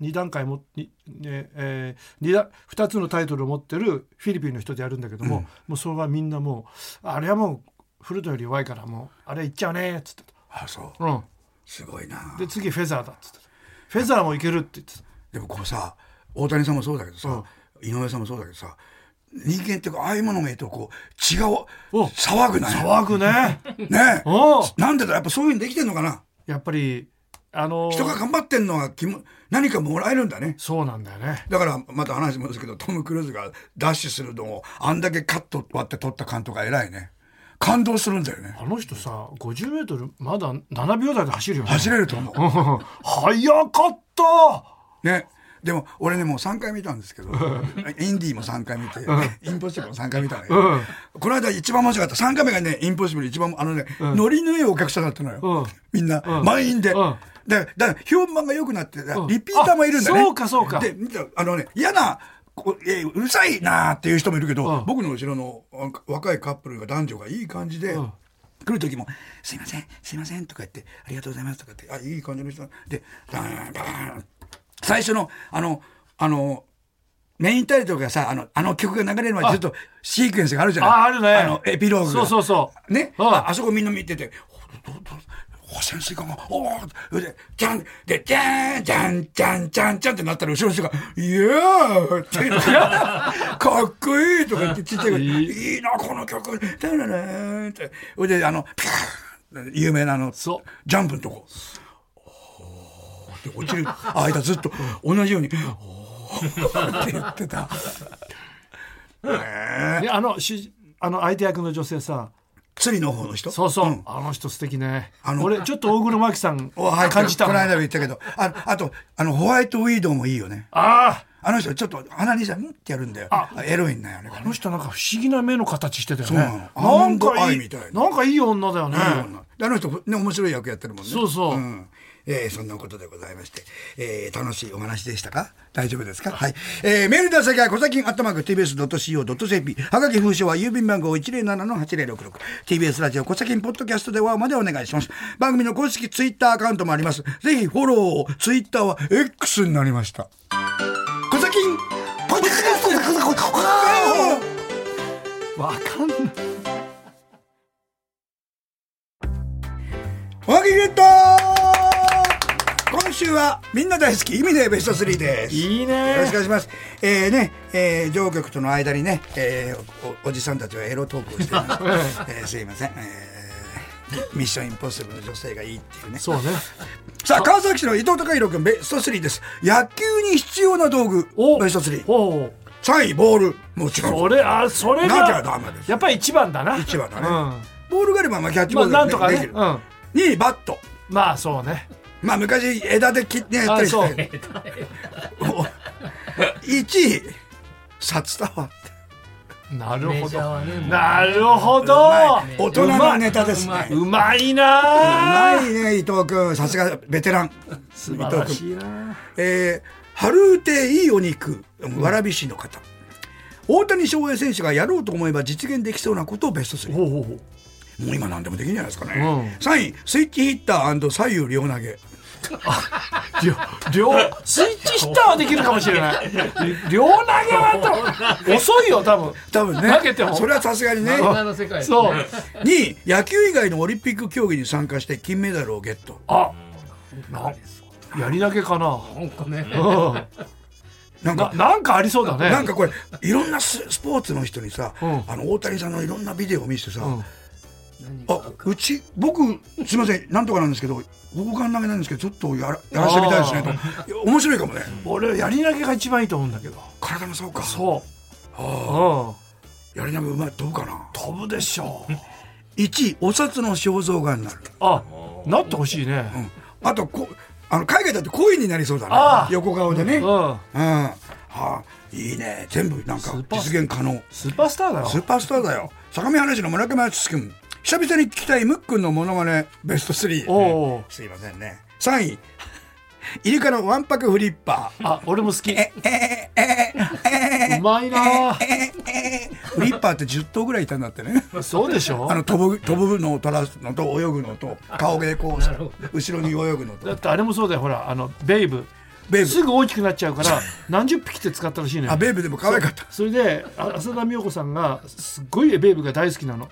Speaker 2: 2段階もに、ねえー、2, だ2つのタイトルを持ってるフィリピンの人でやるんだけども、もうそれはみんなもうあれはもうフルトンより弱いからもうあれいっちゃうねっつってた、
Speaker 1: ああそう。
Speaker 2: うん、
Speaker 1: すごいな。
Speaker 2: で次フェザーだっつってたフェザーもいけるって言ってた
Speaker 1: でもこうさ、大谷さんもそうだけどさ、井上さんもそうだけどさ、人間ってこうああいうものがいるとこう血がお
Speaker 2: お
Speaker 1: 騒ぐなよ。
Speaker 2: 騒ぐね
Speaker 1: ねえ
Speaker 2: おう
Speaker 1: なんでだやっぱそういうふうにできてんのかな
Speaker 2: やっぱりあの
Speaker 1: 人が頑張ってんのは気も何かもらえるんだね
Speaker 2: そうなんだよね
Speaker 1: だからまた話戻すけどトム・クルーズがダッシュするのをあんだけカット割って撮った監督が偉いね感動するんだよね
Speaker 2: あの人さ 50m まだ7秒台で走るよね
Speaker 1: 走れると思う
Speaker 2: うん 早かった
Speaker 1: ね。でも俺ねもう3回見たんですけどインディーも3回見て、インポッシブルも3回見たのよ、この間一番面白かった3回目がねインポッシブル一番あのね、ノリのいいお客さんだったのよ、
Speaker 2: うん
Speaker 1: みんな、
Speaker 2: ん
Speaker 1: 満員で、
Speaker 2: うん
Speaker 1: だだから評判が良くなって
Speaker 2: うん
Speaker 1: リピーターもいるんだね
Speaker 2: あそうかそうか
Speaker 1: で見たあのね嫌なこうえーうるさいなーっていう人もいるけど、
Speaker 2: うん
Speaker 1: 僕の後ろのあ若いカップルが男女がいい感じで、
Speaker 2: うん
Speaker 1: 来る時も「すいませんすいません」とか言って「ありがとうございます」とか言って「あいい感じの人だ」でバーンバーン最初のあのあのメインタイトルがさあのあの曲が流れるまでずっとシークエンスがあるじゃない
Speaker 2: ああるね
Speaker 1: のエピローグが
Speaker 2: そうそうそう
Speaker 1: ね
Speaker 2: うん
Speaker 1: ああそこみんな見てて「おどどどお潜水艦がおお」それで「ジャン」で「ジャンジャンジャンジャンジャン」ってなったら後ろの人が「イエーイ!」って言 って「かっこいい!」とか言ってちっちゃい声で「いいなこの曲」ダララーンってそれであのピャーン有名なあのジ
Speaker 2: そう
Speaker 1: ャンプのとこ。おーって落ちる間ずっと同じように「おーって言って た。ねえ
Speaker 2: ねあのしあの相手役の女性さ
Speaker 1: 釣りの方の人
Speaker 2: そうそう、
Speaker 1: ん
Speaker 2: あの人素敵ね
Speaker 1: あの
Speaker 2: 俺ちょっと大黒摩季さん
Speaker 1: おはい
Speaker 2: 感じた
Speaker 1: こ
Speaker 2: もん
Speaker 1: の
Speaker 2: あ
Speaker 1: 間も言ったけどああとあのホワイトウィードもいいよね
Speaker 2: あ
Speaker 1: あの人ちょっと鼻にさんってやるんだよ
Speaker 2: あ
Speaker 1: エロいんだよね
Speaker 2: あの人なんか不思議な目の形してたよ
Speaker 1: そうな
Speaker 2: ね
Speaker 1: の
Speaker 2: なん
Speaker 1: アーモンドア
Speaker 2: かい
Speaker 1: イ
Speaker 2: い
Speaker 1: みたいな
Speaker 2: なんかいい女だよね
Speaker 1: あの人ね面白い役やってるもんね
Speaker 2: そうそうん
Speaker 1: えーそんなことでございまして、えー楽しいお話でしたか大丈夫ですかはい、えーメールでは先は小崎アットマーク TBS.CO.JP はがき封書は郵便番号 107-8066TBS ラジオ小崎ポッドキャストではまでお願いします番組の公式ツイッターアカウントもありますぜひフォローをツイッターは X になりました小崎ポッドキャスト
Speaker 2: わかんない
Speaker 1: おはぎゲット今週はみんな大好き意味でベスト3です
Speaker 2: いいね
Speaker 1: よろしくお願いします。えーね、えー、上局との間にね、えーお、おじさんたちはエロトークを しています。えーすいません。えーミッションインポッシブルの女性がいいっていうね。
Speaker 2: そうね
Speaker 1: さあ、川崎市の伊藤孝弘君、ベスト3です。野球に必要な道具、
Speaker 2: お
Speaker 1: ベスト3。
Speaker 2: おう
Speaker 1: 3位、ボール。もちろん。
Speaker 2: それあそれ
Speaker 1: なきゃ
Speaker 2: が
Speaker 1: ダメです。
Speaker 2: やっぱり一番だな
Speaker 1: 一番だね
Speaker 2: うん
Speaker 1: ボールがあれば、まあ、キャッチ
Speaker 2: ま
Speaker 1: ボ
Speaker 2: あ
Speaker 1: ールが
Speaker 2: なん
Speaker 1: で
Speaker 2: とか
Speaker 1: でき
Speaker 2: ね
Speaker 1: る。
Speaker 2: うん
Speaker 1: 2位、バット。
Speaker 2: まあそうね
Speaker 1: まあ、昔、枝で切ってやったりしたけど。1位、札束。
Speaker 2: なる
Speaker 3: メ
Speaker 2: ほ
Speaker 3: ジャー
Speaker 2: ど
Speaker 3: はねもう
Speaker 2: なるほど
Speaker 1: 大人のネタです
Speaker 3: うま
Speaker 1: ね
Speaker 3: いう。
Speaker 2: うまいな
Speaker 1: うまいね伊藤君さすがベテラン
Speaker 2: 素晴らしいな
Speaker 1: えー、春うていいお肉蕨市の方、大谷翔平選手がやろうと思えば実現できそうなことをベスト3
Speaker 2: ほうほうほう
Speaker 1: もう今何でもできるんじゃないですかね、
Speaker 2: うん
Speaker 1: 3位スイッチヒッター左右両投げ
Speaker 2: 両両スイッチヒッターはできるかもしれない両投げは多分遅いよ多分
Speaker 1: 多分ね
Speaker 2: 投げても
Speaker 1: それはさすがにね
Speaker 3: 女の世界ですね
Speaker 2: そう
Speaker 1: 2位野球以外のオリンピック競技に参加して金メダルをゲット
Speaker 2: あなやり投げかな
Speaker 3: なんかね
Speaker 2: うん
Speaker 1: なん
Speaker 2: な
Speaker 1: か
Speaker 2: なんかありそうだね
Speaker 1: なんかこれいろんなススポーツの人にさ、
Speaker 2: うん
Speaker 1: あの大谷さんのいろんなビデオを見せてさ、
Speaker 2: うん
Speaker 1: あうち僕すいませんなんとかなんですけど僕が投げないんですけどちょっとやらやらせてみたいですねといや面白いかもね
Speaker 2: 俺やり投げが一番いいと思うんだけど
Speaker 1: 体もそうか
Speaker 2: そう
Speaker 1: あ
Speaker 2: うん
Speaker 1: あやりながらうまいどうかな
Speaker 2: 飛ぶでしょう
Speaker 1: 1位お札の肖像画になる、
Speaker 2: あなってほしいうね
Speaker 1: ん、あとこあの海外だとコインになりそうだ
Speaker 2: ああ
Speaker 1: ね横顔でね、
Speaker 2: う
Speaker 1: うんは
Speaker 2: ん
Speaker 1: あ、いいね全部なんか
Speaker 2: スーパー
Speaker 1: 実現可能
Speaker 2: スーパースターだよ
Speaker 1: スーパースターだよ相模原市の村上敦君久々に聞きたいムックンのモノマネベスト3
Speaker 2: おうおう
Speaker 1: すいませんね3位イルカのわんぱくフリッパー
Speaker 2: あ俺も好きう
Speaker 1: えーえー
Speaker 2: まいな
Speaker 1: えーえーフリッパーって10頭ぐらいいたんだって ね
Speaker 2: そうでしょ
Speaker 1: あの飛ぶ飛ぶのを垂らすのと泳ぐのと顔でこう後ろに泳ぐの
Speaker 2: だ
Speaker 1: と
Speaker 2: ってあれもそうだよほらあのベイブ
Speaker 1: ベイ
Speaker 2: す
Speaker 1: ブ
Speaker 2: ぐ大きくなっちゃう から何十匹って使ったらしいのよ
Speaker 1: あベイブでも可愛かった
Speaker 2: それであ浅田美代子さんがすっごいベイブが大好きなの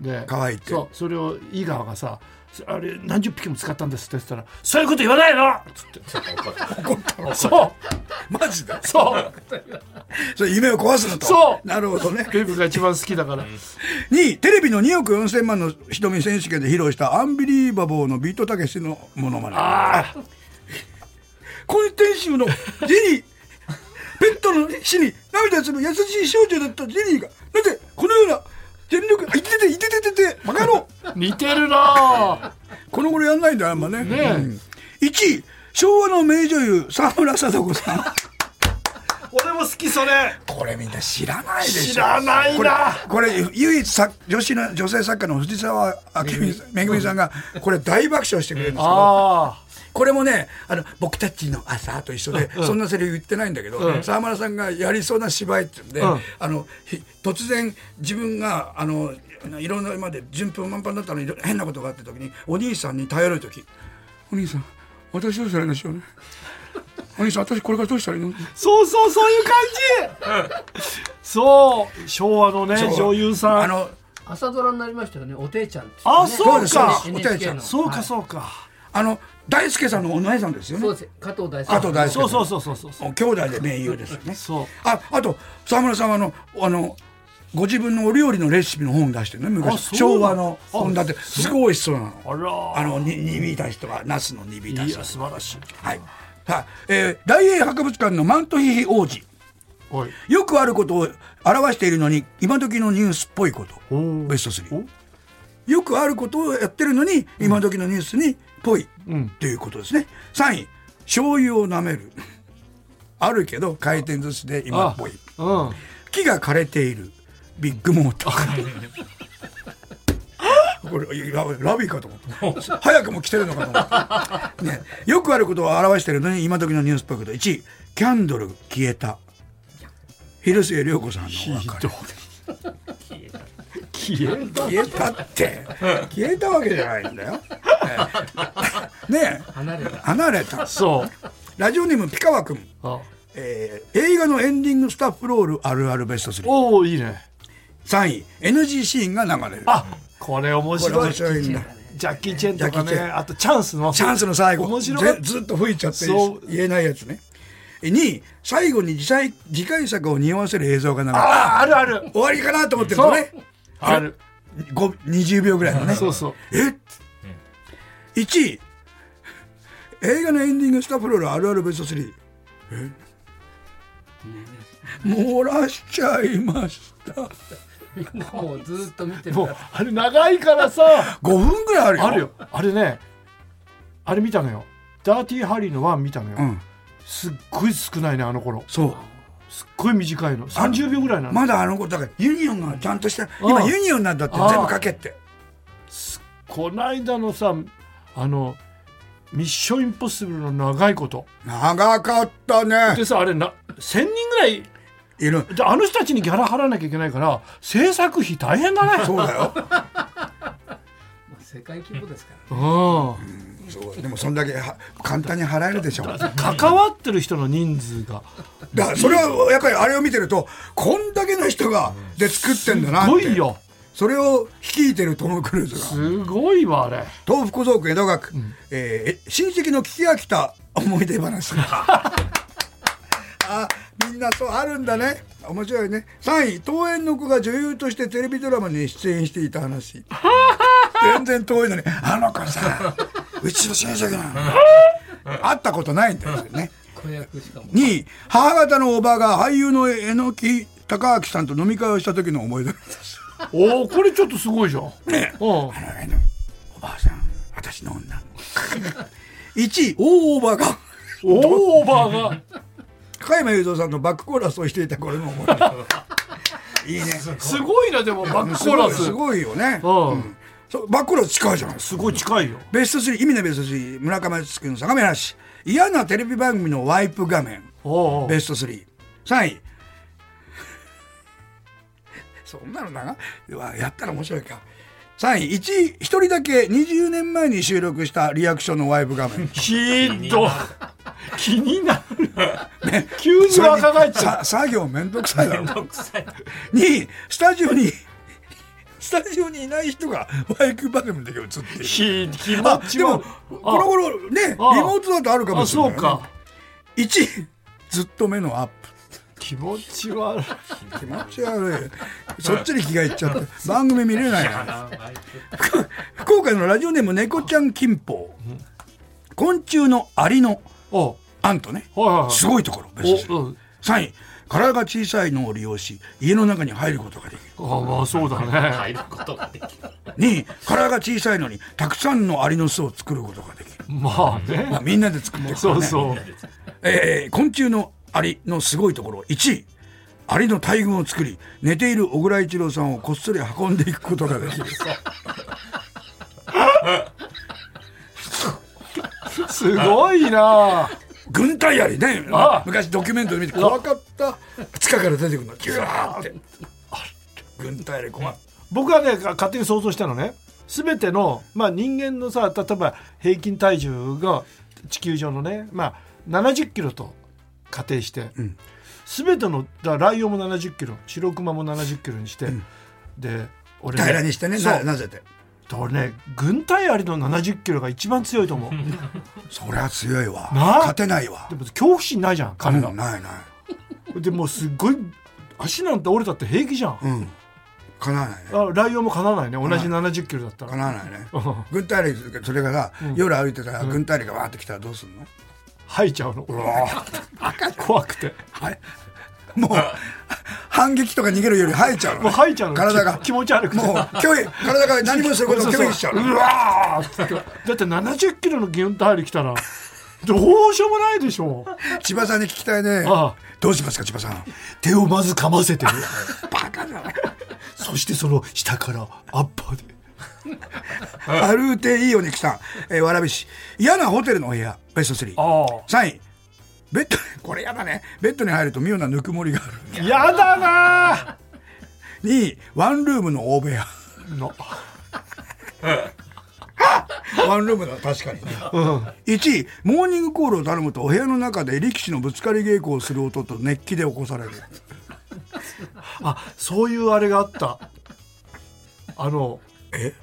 Speaker 2: で
Speaker 1: 可愛いって
Speaker 2: そうそれを井川がさ「あれ何十匹も使ったんです」って言ったら「そういうこと言 わないの!」っつって
Speaker 1: 怒ったの
Speaker 2: そう
Speaker 1: マジで
Speaker 2: そう
Speaker 1: それ夢を壊すなと
Speaker 2: そう
Speaker 1: なるほどね
Speaker 2: ベブが一番好きだから
Speaker 1: 2位テレビの2億4千万の瞳選手権で披露したアンビリーバボーのビートたけしのものまね
Speaker 2: あ
Speaker 1: 今天集のジェニー ペットの死に涙する優しい少女だったジェニーがなぜこのような全力あいてていててててバカ野郎
Speaker 2: あ似てるなあ
Speaker 1: この頃やんないんだよあんまね
Speaker 2: ねえ
Speaker 1: うん1位昭和の名女優沢村貞子さん
Speaker 2: 俺も好きそれ
Speaker 1: これみんな知らないでしょ
Speaker 2: 知らない
Speaker 1: これ
Speaker 2: な
Speaker 1: これ唯一さ女子の女性作家の藤沢あきみさんめぐみさんがこれ大爆笑してくれるんですけど
Speaker 2: あ
Speaker 1: これもねあの僕たちの朝と一緒で、そんなセリフ言ってないんだけど、沢村さんがやりそうな芝居って言うんで、
Speaker 2: うん
Speaker 1: あのひ突然自分があのいろんな今まで順風満帆だったのにいろ変なことがあった時にお兄さんに頼る時「お兄さん私どうしたらいいんでしょうね」 お兄さん私これからどうしたらいいの
Speaker 2: あそうそうそういう感じそう昭和のね女優さ
Speaker 1: あ
Speaker 2: ん
Speaker 1: の
Speaker 3: 朝ドラになりましたよねおていちゃんっていね、
Speaker 2: あそうか
Speaker 1: そうですおていちゃん
Speaker 3: NHK の
Speaker 2: そう
Speaker 3: は
Speaker 2: か
Speaker 3: い
Speaker 2: そうか
Speaker 1: あの大輔さんのお姉さんですよね
Speaker 3: そうです加藤大輔
Speaker 1: 加藤大輔
Speaker 2: そうそうそうそうそうそう
Speaker 1: 兄弟で名優ですよね
Speaker 2: そう
Speaker 1: ああと沢村さんはあのあのご自分のお料理のレシピの本出してるね
Speaker 2: あ
Speaker 1: 昔
Speaker 2: そう
Speaker 1: 昭和の本だってすごい美味しそうなの
Speaker 2: あら
Speaker 1: あのに煮びたしとかナスの煮びた
Speaker 2: い
Speaker 1: し
Speaker 2: や素晴らしい
Speaker 1: はい、はいえー大英博物館のマントヒヒ王子
Speaker 2: おい
Speaker 1: よくあることを表しているのに今時のニュースっぽいこと
Speaker 2: おー
Speaker 1: ベスト
Speaker 2: お
Speaker 1: 3よくあることをやってるのに今時のニュースにっぽい
Speaker 2: うん
Speaker 1: ということですね3位醤油を舐めるあるけど回転寿司で今っぽい
Speaker 2: うん
Speaker 1: 木が枯れているビッグモーター これいやラビーかと思った早くも来てるのかと思った、ね、よくあることを表してるのに今時のニュースっぽいこと1位キャンドル消えた広末涼子さんのお
Speaker 2: ひ
Speaker 1: 別
Speaker 2: ど
Speaker 1: れ
Speaker 2: い消えた
Speaker 1: 消えたって消えたわけじゃないん だよねえねえ
Speaker 3: 離れた
Speaker 1: 離れた
Speaker 2: そう
Speaker 1: ラジオネームピカワ君、
Speaker 2: あ
Speaker 1: えー映画のエンディングスタッフロールあるあるベスト3
Speaker 2: おおいいね
Speaker 1: 3位 NG シーンが流れる
Speaker 2: あこれ面
Speaker 1: これ
Speaker 2: 白
Speaker 1: 面
Speaker 2: い
Speaker 1: 白いんだ
Speaker 2: ジャッキー・チェンとか
Speaker 1: ジャッキーチ
Speaker 2: ね
Speaker 1: ェ
Speaker 2: あとチャンスの
Speaker 1: チャンスの最後
Speaker 2: 面白かった
Speaker 1: ぜずっと吹いちゃって
Speaker 2: そう
Speaker 1: 言えないやつね2位最後に次回次回作を匂わせる映像が流れる
Speaker 2: ああるある
Speaker 1: 終わりかなと思ってるとね
Speaker 2: ある
Speaker 1: ご20秒ぐらいのね
Speaker 2: そうそう
Speaker 1: え1位映画のエンディングスタッフロールあるあるベスト3え漏らしちゃいました
Speaker 3: もうずーっと見てる
Speaker 2: も
Speaker 3: か
Speaker 2: う
Speaker 3: ら
Speaker 2: あれ長いからさ
Speaker 1: 5分ぐらいあるよ
Speaker 2: あるよあれねあれ見たのよダーティーハリーのワン見たのよ、
Speaker 1: うん
Speaker 2: すっごい少ないねあの頃
Speaker 1: そう
Speaker 2: すっごい短いの30秒ぐらいなの、
Speaker 1: まだあの子だからユニオンがちゃんとした
Speaker 2: あ
Speaker 1: 今
Speaker 2: あ
Speaker 1: ユニオンなんだって
Speaker 2: ああ
Speaker 1: 全部かけって
Speaker 2: こないだのさあの「ミッションインポッシブル」の長いこと
Speaker 1: 長かったね
Speaker 2: でさあれな1000人 ぐらい
Speaker 1: いる
Speaker 2: であの人たちにギャラ払わなきゃいけないから制作費大変だ ね
Speaker 1: そうだ よ
Speaker 3: まあ世界規模ですからね
Speaker 2: うん
Speaker 1: そうでもそんだけは簡単に払えるでしょだ
Speaker 2: 関わってる人の人数が
Speaker 1: からそれはやっぱりあれを見てるとこんだけの人がで作ってんだな
Speaker 2: す
Speaker 1: っ
Speaker 2: ご
Speaker 1: て
Speaker 2: いよ
Speaker 1: それを率いてるトム・クルーズが
Speaker 2: すごいわあれ
Speaker 1: 豆腐小僧区江戸川区、えー親戚の聞き飽きた思い出話あみんなそうあるんだね面白いね3位桃園の子が女優としてテレビドラマに出演していた話全然遠いのにあの子さうちの親戚なの会ったことないんだよね
Speaker 3: 子役しかも
Speaker 1: 2位母方のおばが俳優の榎木隆明さんと飲み会をした時の思い出
Speaker 2: おおこれちょっとすごいじゃん、うん
Speaker 1: あの辺のおばあさん私の女 1位大おばが
Speaker 2: オーバーが
Speaker 1: 加山雄三さんのバックコーラスをしていた頃の思い出いいね
Speaker 2: すごいなでもバックコーラス
Speaker 1: すごいすごいよね、
Speaker 2: うん
Speaker 1: そうバックコーラス近いじゃないですか
Speaker 2: すごい近いよ
Speaker 1: ベスト3意味のベスト3村上敦君相模原市嫌なテレビ番組のワイプ画面
Speaker 2: おうおう
Speaker 1: ベスト33位 そんなのなうわやったら面白いか3位1位1人だけ20年前に収録したリアクションのワイプ画面
Speaker 2: ひどい気になる急に若返っちゃ
Speaker 1: さ作業めんどくさいだろ2位スタジオにスタジオにいない人がワイプ画面だけ映って
Speaker 2: う
Speaker 1: る
Speaker 2: ひ気持
Speaker 1: あ
Speaker 2: ち
Speaker 1: でも
Speaker 2: も
Speaker 1: この頃ねリ
Speaker 2: あ
Speaker 1: モートだとあるか
Speaker 2: あ
Speaker 1: もしれな
Speaker 2: そ
Speaker 1: いうね、
Speaker 2: か
Speaker 1: 1位ずっと目のアップ
Speaker 2: 気持ち悪い
Speaker 1: 気持ち悪 いそっちに気がいっちゃって番組見れないな
Speaker 3: あいつ
Speaker 1: 福岡のラジオネーム猫ちゃん金峰昆虫のアリの
Speaker 2: お
Speaker 1: アンとね
Speaker 2: はいはいはい
Speaker 1: すごいところ別に
Speaker 2: おうん
Speaker 1: 3位体が小さいのを利用し家の中に入ることができる
Speaker 2: あまあそうだね
Speaker 3: 入ることができる。
Speaker 1: 2位体が小さいのにたくさんのアリの巣を作ることができる、
Speaker 2: まあ
Speaker 1: まあ、
Speaker 2: ね
Speaker 1: みんなで作ってるか
Speaker 2: そ
Speaker 1: ら、ね
Speaker 2: うそう
Speaker 1: えー昆虫のアリのすごいところ1位アリの大群を作り寝ている小倉一郎さんをこっそり運んでいくことができる
Speaker 2: すごいな
Speaker 1: 軍隊アリね
Speaker 2: ああ
Speaker 1: 昔ドキュメントで見て怖かった地下から出てくるのキューって軍隊アリ怖い
Speaker 2: 僕はねか勝手に想像したのね全ての、まあ、人間のさ例えば平均体重が地球上のね、まあ、70キロと仮定して、
Speaker 1: ん
Speaker 2: 全てのだライオンも70キロ白クマも70キロにして、で俺ね
Speaker 1: 平らにしてね
Speaker 2: そう
Speaker 1: ななぜて
Speaker 2: で俺ね軍隊ありの70キロが一番強いと思うで
Speaker 1: そりゃ強いわ
Speaker 2: なあ
Speaker 1: 勝てないわ
Speaker 2: も恐怖心ないじゃん彼が
Speaker 1: うん、ないない
Speaker 2: でもうすっごい足なんて折れたって平気じゃん、
Speaker 1: うんかなわないね
Speaker 2: あライオンもかなわないね同じ70キロだった
Speaker 1: からなわないね
Speaker 2: うん
Speaker 1: 軍隊アリそれがさ、夜歩いてたら軍隊アリがわーって来たらどうすんの、
Speaker 2: 吐いちゃうの俺は怖くて
Speaker 1: はいもう反撃とか逃げるより生えちゃうのね
Speaker 2: もう吐いちゃうの
Speaker 1: 体が
Speaker 2: 気気持ち悪くて
Speaker 1: もう拒否体が何もすることを拒否しちゃうの
Speaker 2: うわーってだって70キロのギュンタイル来たらどうしようもないでしょ
Speaker 1: 千葉さんに聞きたいね
Speaker 2: ああ
Speaker 1: どうしますか千葉さん
Speaker 2: 手をまず噛ませて
Speaker 1: バカじゃない
Speaker 2: そしてその下からアッパーで
Speaker 1: アルーテいいお肉さん、えー、蕨市嫌なホテルのお部屋ベスト3
Speaker 2: あ
Speaker 1: 3位ベッド これやだねベッドに入ると妙なぬくもりがある
Speaker 2: あやだなー
Speaker 1: 2位ワンルームの大部屋
Speaker 2: の
Speaker 1: ワンルームだ確かにね1位モーニングコールを頼むとお部屋の中で力士のぶつかり稽古をする音と熱気で起こされる
Speaker 2: あそういうあれがあったあの
Speaker 1: え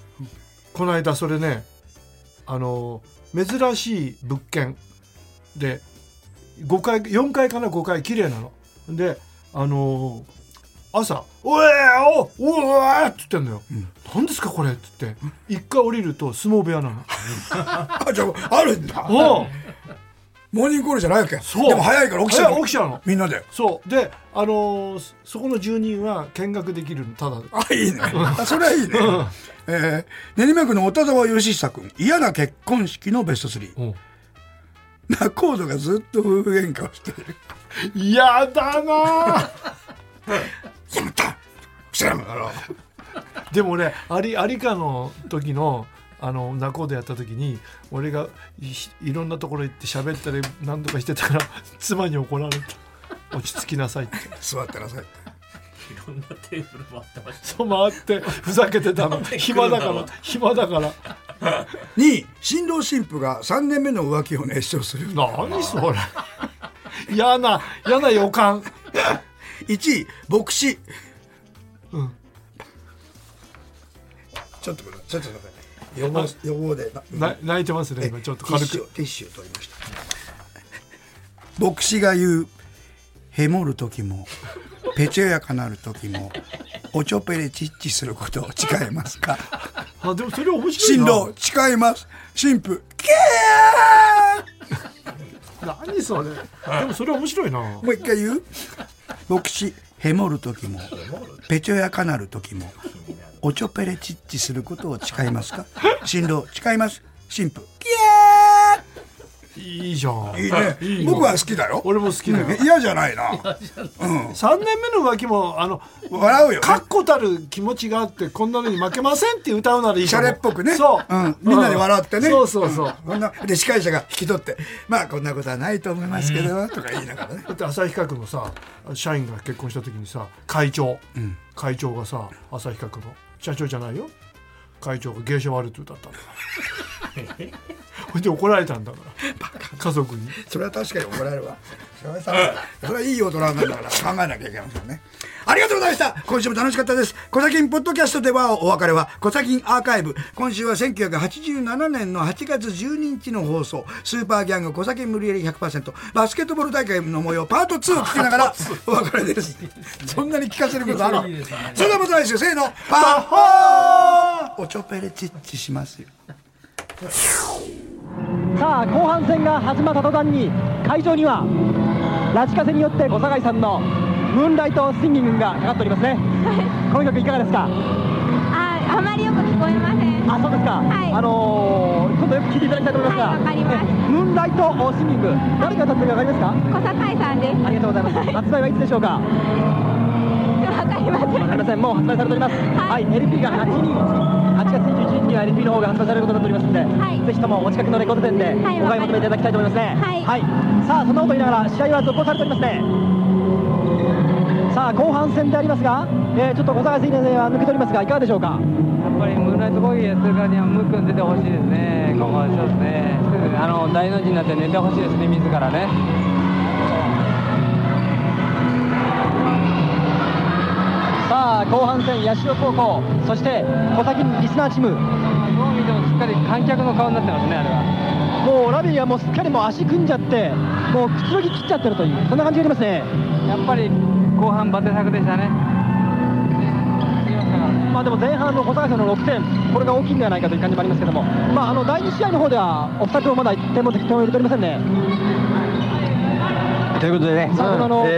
Speaker 2: この間それねあの珍しい物件で5階4階かな5階綺麗なのであの朝「おえおおおえ!」って言ってんのよ「何ですかこれ」って言って一回降りると相撲部屋なの
Speaker 1: あじゃああるんだ
Speaker 2: おう
Speaker 1: モーニングコールじゃないわけ
Speaker 2: そう
Speaker 1: でも早いから起きちゃう
Speaker 2: 早い起きちゃうの
Speaker 1: みんなで
Speaker 2: そうであのそそこの住人は見学できるのただ
Speaker 1: あいいねあそれはいいね、えー練馬区の小田沢義久君嫌な結婚式のベスト3
Speaker 2: おう
Speaker 1: 仲人がずっと夫婦喧嘩をしている
Speaker 2: やだなー
Speaker 1: やめた知らんだろ
Speaker 2: でもねありありかの時のあのナコードやった時に俺がいいろんなところ行って喋ったり何とかしてたら 妻に怒られた落ち着きなさいって
Speaker 1: 座ってなさい
Speaker 4: ろんなテーブルもあってました
Speaker 2: そう回ってふざけてたの暇だから暇だから
Speaker 1: 2位新郎新婦が3年目の浮気を熱唱する
Speaker 2: 何それ嫌な嫌な予感
Speaker 1: 1位牧師
Speaker 2: うん
Speaker 1: ちょっとこれちょっと待って予防予防で
Speaker 2: な泣いてますね今ちょっと軽
Speaker 1: ティッシュ
Speaker 2: く
Speaker 1: ティッシュ取りました牧師が言うへもる時もペチュやかなる時もおちょぺでチッチすることを誓いますか
Speaker 2: あでもそれ面白い
Speaker 1: 新
Speaker 2: な
Speaker 1: 郎誓います新婦キャー
Speaker 2: 何それでもそれ面白いな
Speaker 1: もう一回言う牧師へもる時もペチョやかなる時もおちょペレチッチすることを誓いますか新郎誓います新婦キ
Speaker 2: いいじゃん
Speaker 1: ャーいいね
Speaker 2: よ
Speaker 1: 僕は好きだよ
Speaker 2: 俺も好きだよ
Speaker 1: うん嫌じゃないな
Speaker 2: 3年目の浮気もあの
Speaker 1: 笑うよね
Speaker 2: 確固たる気持ちがあってこんなのに負けませんって歌うならいいかも
Speaker 1: シャレっぽくね
Speaker 2: そう、
Speaker 1: うんみんなで笑ってね
Speaker 2: そうそうそう、
Speaker 1: こんなで司会者が引き取ってまあこんなことはないと思いますけどとか言いながらね
Speaker 2: だって旭川君のさ社員が結婚した時にさ会長、会長がさ旭川君の社長じゃないよ会長が芸者悪いって 歌ったんだからほいで怒られたんだから家族に
Speaker 1: それは確かに怒られるわそれはさそれはいい大人なんだから考えなきゃいけませんねありがとうございました今週も楽しかったです「コサキンポッドキャスト」ではお別れは「コサキンアーカイブ」今週は1987年の8月12日の放送「スーパーギャングコサキン無理やり100%バスケットボール大会の模様 パート2」を聞きながらお別れですそんなに聞かせることあるそれではまた来週せーのパッホーおちょぺれチッチしますよ
Speaker 5: さあ後半戦が始まった途端に会場にはラジカセによって小坂井さんの「ムーンライトシンギング」がかかっておりますねこの曲いかがですか
Speaker 6: ああまりよく聞こえません
Speaker 5: あそうですか、
Speaker 6: はい
Speaker 5: あのー、ちょっとよく聞いていただきたいと思いますが、
Speaker 6: はいわかります
Speaker 5: ムーンライトシンギング誰が歌ってるか分かりますか
Speaker 6: 小堺さんです
Speaker 5: ありがとうご ざいます発売はいつでしょうか
Speaker 6: わかりません
Speaker 5: わかりません、もう発売されております。はい、LP が8人、8月21日には LP の方が発売されることになっておりますので、
Speaker 6: はい
Speaker 5: ぜひともお近くのレコード店で
Speaker 6: はい
Speaker 5: お買い求めいただきたいと思いますね。
Speaker 6: はい
Speaker 5: さあ、そんなこと言いながら試合は続行されておりますね。さあ、後半戦でありますが、えーちょっと小坂先生は抜けておりますが、いかがでしょうか。
Speaker 7: やっぱりムーンライトボギーやってるからにはムックン出てほしいですね、ここはそうですね、あの大の字になって寝てほしいですね、自らね。
Speaker 5: さあ、後半戦、八代高校、そして小崎リスナーチーム、
Speaker 7: どう見てもすっかり観客の顔になってますね、あれは。
Speaker 5: もうラビリはもうすっかりもう足組んじゃって、もうくつろぎ切っちゃってるという、そんな感じがありますね。
Speaker 7: やっぱり後半、バテ策でしたね。
Speaker 5: まあでも前半の小坂さんの6点、これが大きいんではないかという感じもありますけども、まあ、あの第2試合の方では、お二人ともまだ1点も得点を入れておりませんね。
Speaker 8: ということでね、
Speaker 5: うん
Speaker 8: え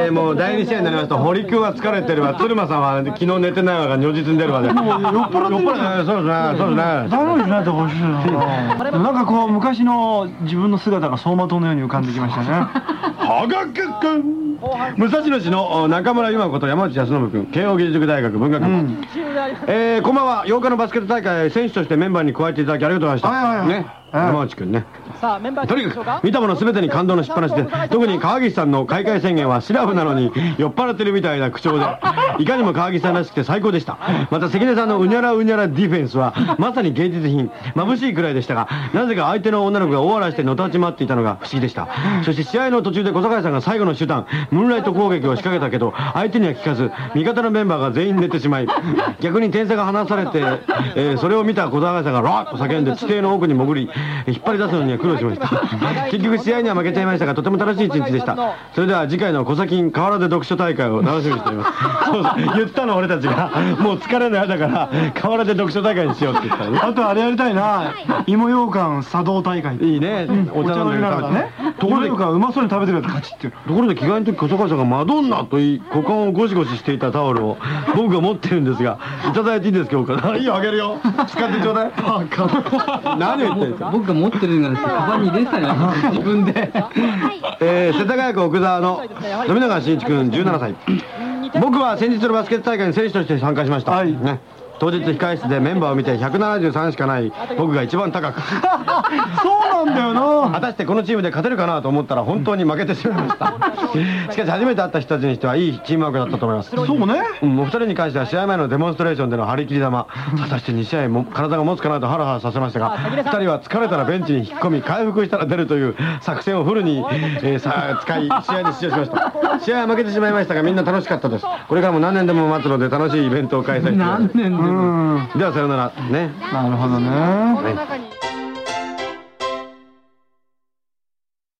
Speaker 8: ーもう第2試合になりますと堀君は疲れてるわ鶴間さんは昨日寝てないわが如実に出るわで酔っ払ってるそうですねそうですね
Speaker 9: ダメになってほしいな。なんかこう昔の自分の姿が走馬灯のように浮かんできましたね。
Speaker 8: 羽賀君武蔵野市の中村由真子と山内康信君慶應義塾大学文学部、えー、こんばんは8日のバスケット大会選手としてメンバーに加えていただきありがとうございました、
Speaker 9: はいはいはい
Speaker 8: ね山内君ね
Speaker 5: さあメンバー
Speaker 8: とにかく見たもの全てに感動のしっぱなしで特に川岸さんの開会宣言はシラフなのに酔っ払ってるみたいな口調でいかにも川岸さんらしくて最高でしたまた関根さんのうにゃらうにゃらディフェンスはまさに芸術品眩しいくらいでしたがなぜか相手の女の子が大笑いしてのたうち回っていたのが不思議でしたそして試合の途中で小坂井さんが最後の手段ムーンライト攻撃を仕掛けたけど相手には効かず味方のメンバーが全員寝てしまい 逆に点差が離されて、えーそれを見た小坂井さんがラーッと叫んで地底の奥に潜り引っ張り出すのには苦労しました 結局試合には負けちゃいましたがとても楽しい一日でしたそれでは次回の「小崎河原で読書大会」を楽しみにしてい ますそうそう言ったの俺たちがもう疲れの嫌だから河原で読書大会にしようって言ったのね
Speaker 9: あとあれやりたいな。芋羊羹茶道大会。
Speaker 8: いいねお
Speaker 9: お茶
Speaker 8: 茶飲
Speaker 9: 飲
Speaker 8: ん
Speaker 9: み
Speaker 8: で
Speaker 9: ながら
Speaker 8: 食べ
Speaker 9: ね
Speaker 8: て。
Speaker 9: と
Speaker 8: と
Speaker 9: こ
Speaker 8: ころ
Speaker 9: ろ
Speaker 8: で
Speaker 9: でうまそうに食べてるやつカチっていう。
Speaker 8: ところで着替えの時小坂井さんが「マドンナ」と言い股間をゴシゴシしていたタオ ルを僕が持ってるんですがいただいていいですか僕からいいよあげるよ使ってちょうだい 何を言ってるんですか
Speaker 7: 僕が持ってるのが、カバンに入れてたんじゃないですか、自分で。
Speaker 8: えー世田谷区奥沢の富永慎一君17歳僕は先日のバスケット大会に選手として参加しました、
Speaker 9: はい
Speaker 8: ね、当日控室でメンバーを見て173しかない僕が一番 高く
Speaker 9: そうなんだよな。
Speaker 8: 果たしてこのチームで勝てるかなと思ったら本当に負けてしまいま したしかし初めて会った人たちにしてはいいチームワークだったと思います
Speaker 9: そうね。
Speaker 8: うんお二人に関しては試合前のデモンストレーションでの張り切り玉果たして2試合も体が持つかなとハラハラさせましたが2人は疲れたらベンチに引っ込み回復したら出るという作戦をフ ルに、えーさ使い試合に出場しました試合は負けてしまいましたがみんな楽しかったですこれからも何年でも待つので楽しいイベントを開催してください
Speaker 7: 年でも
Speaker 9: うん。
Speaker 8: ではさようならね
Speaker 9: なるほどね。
Speaker 8: はい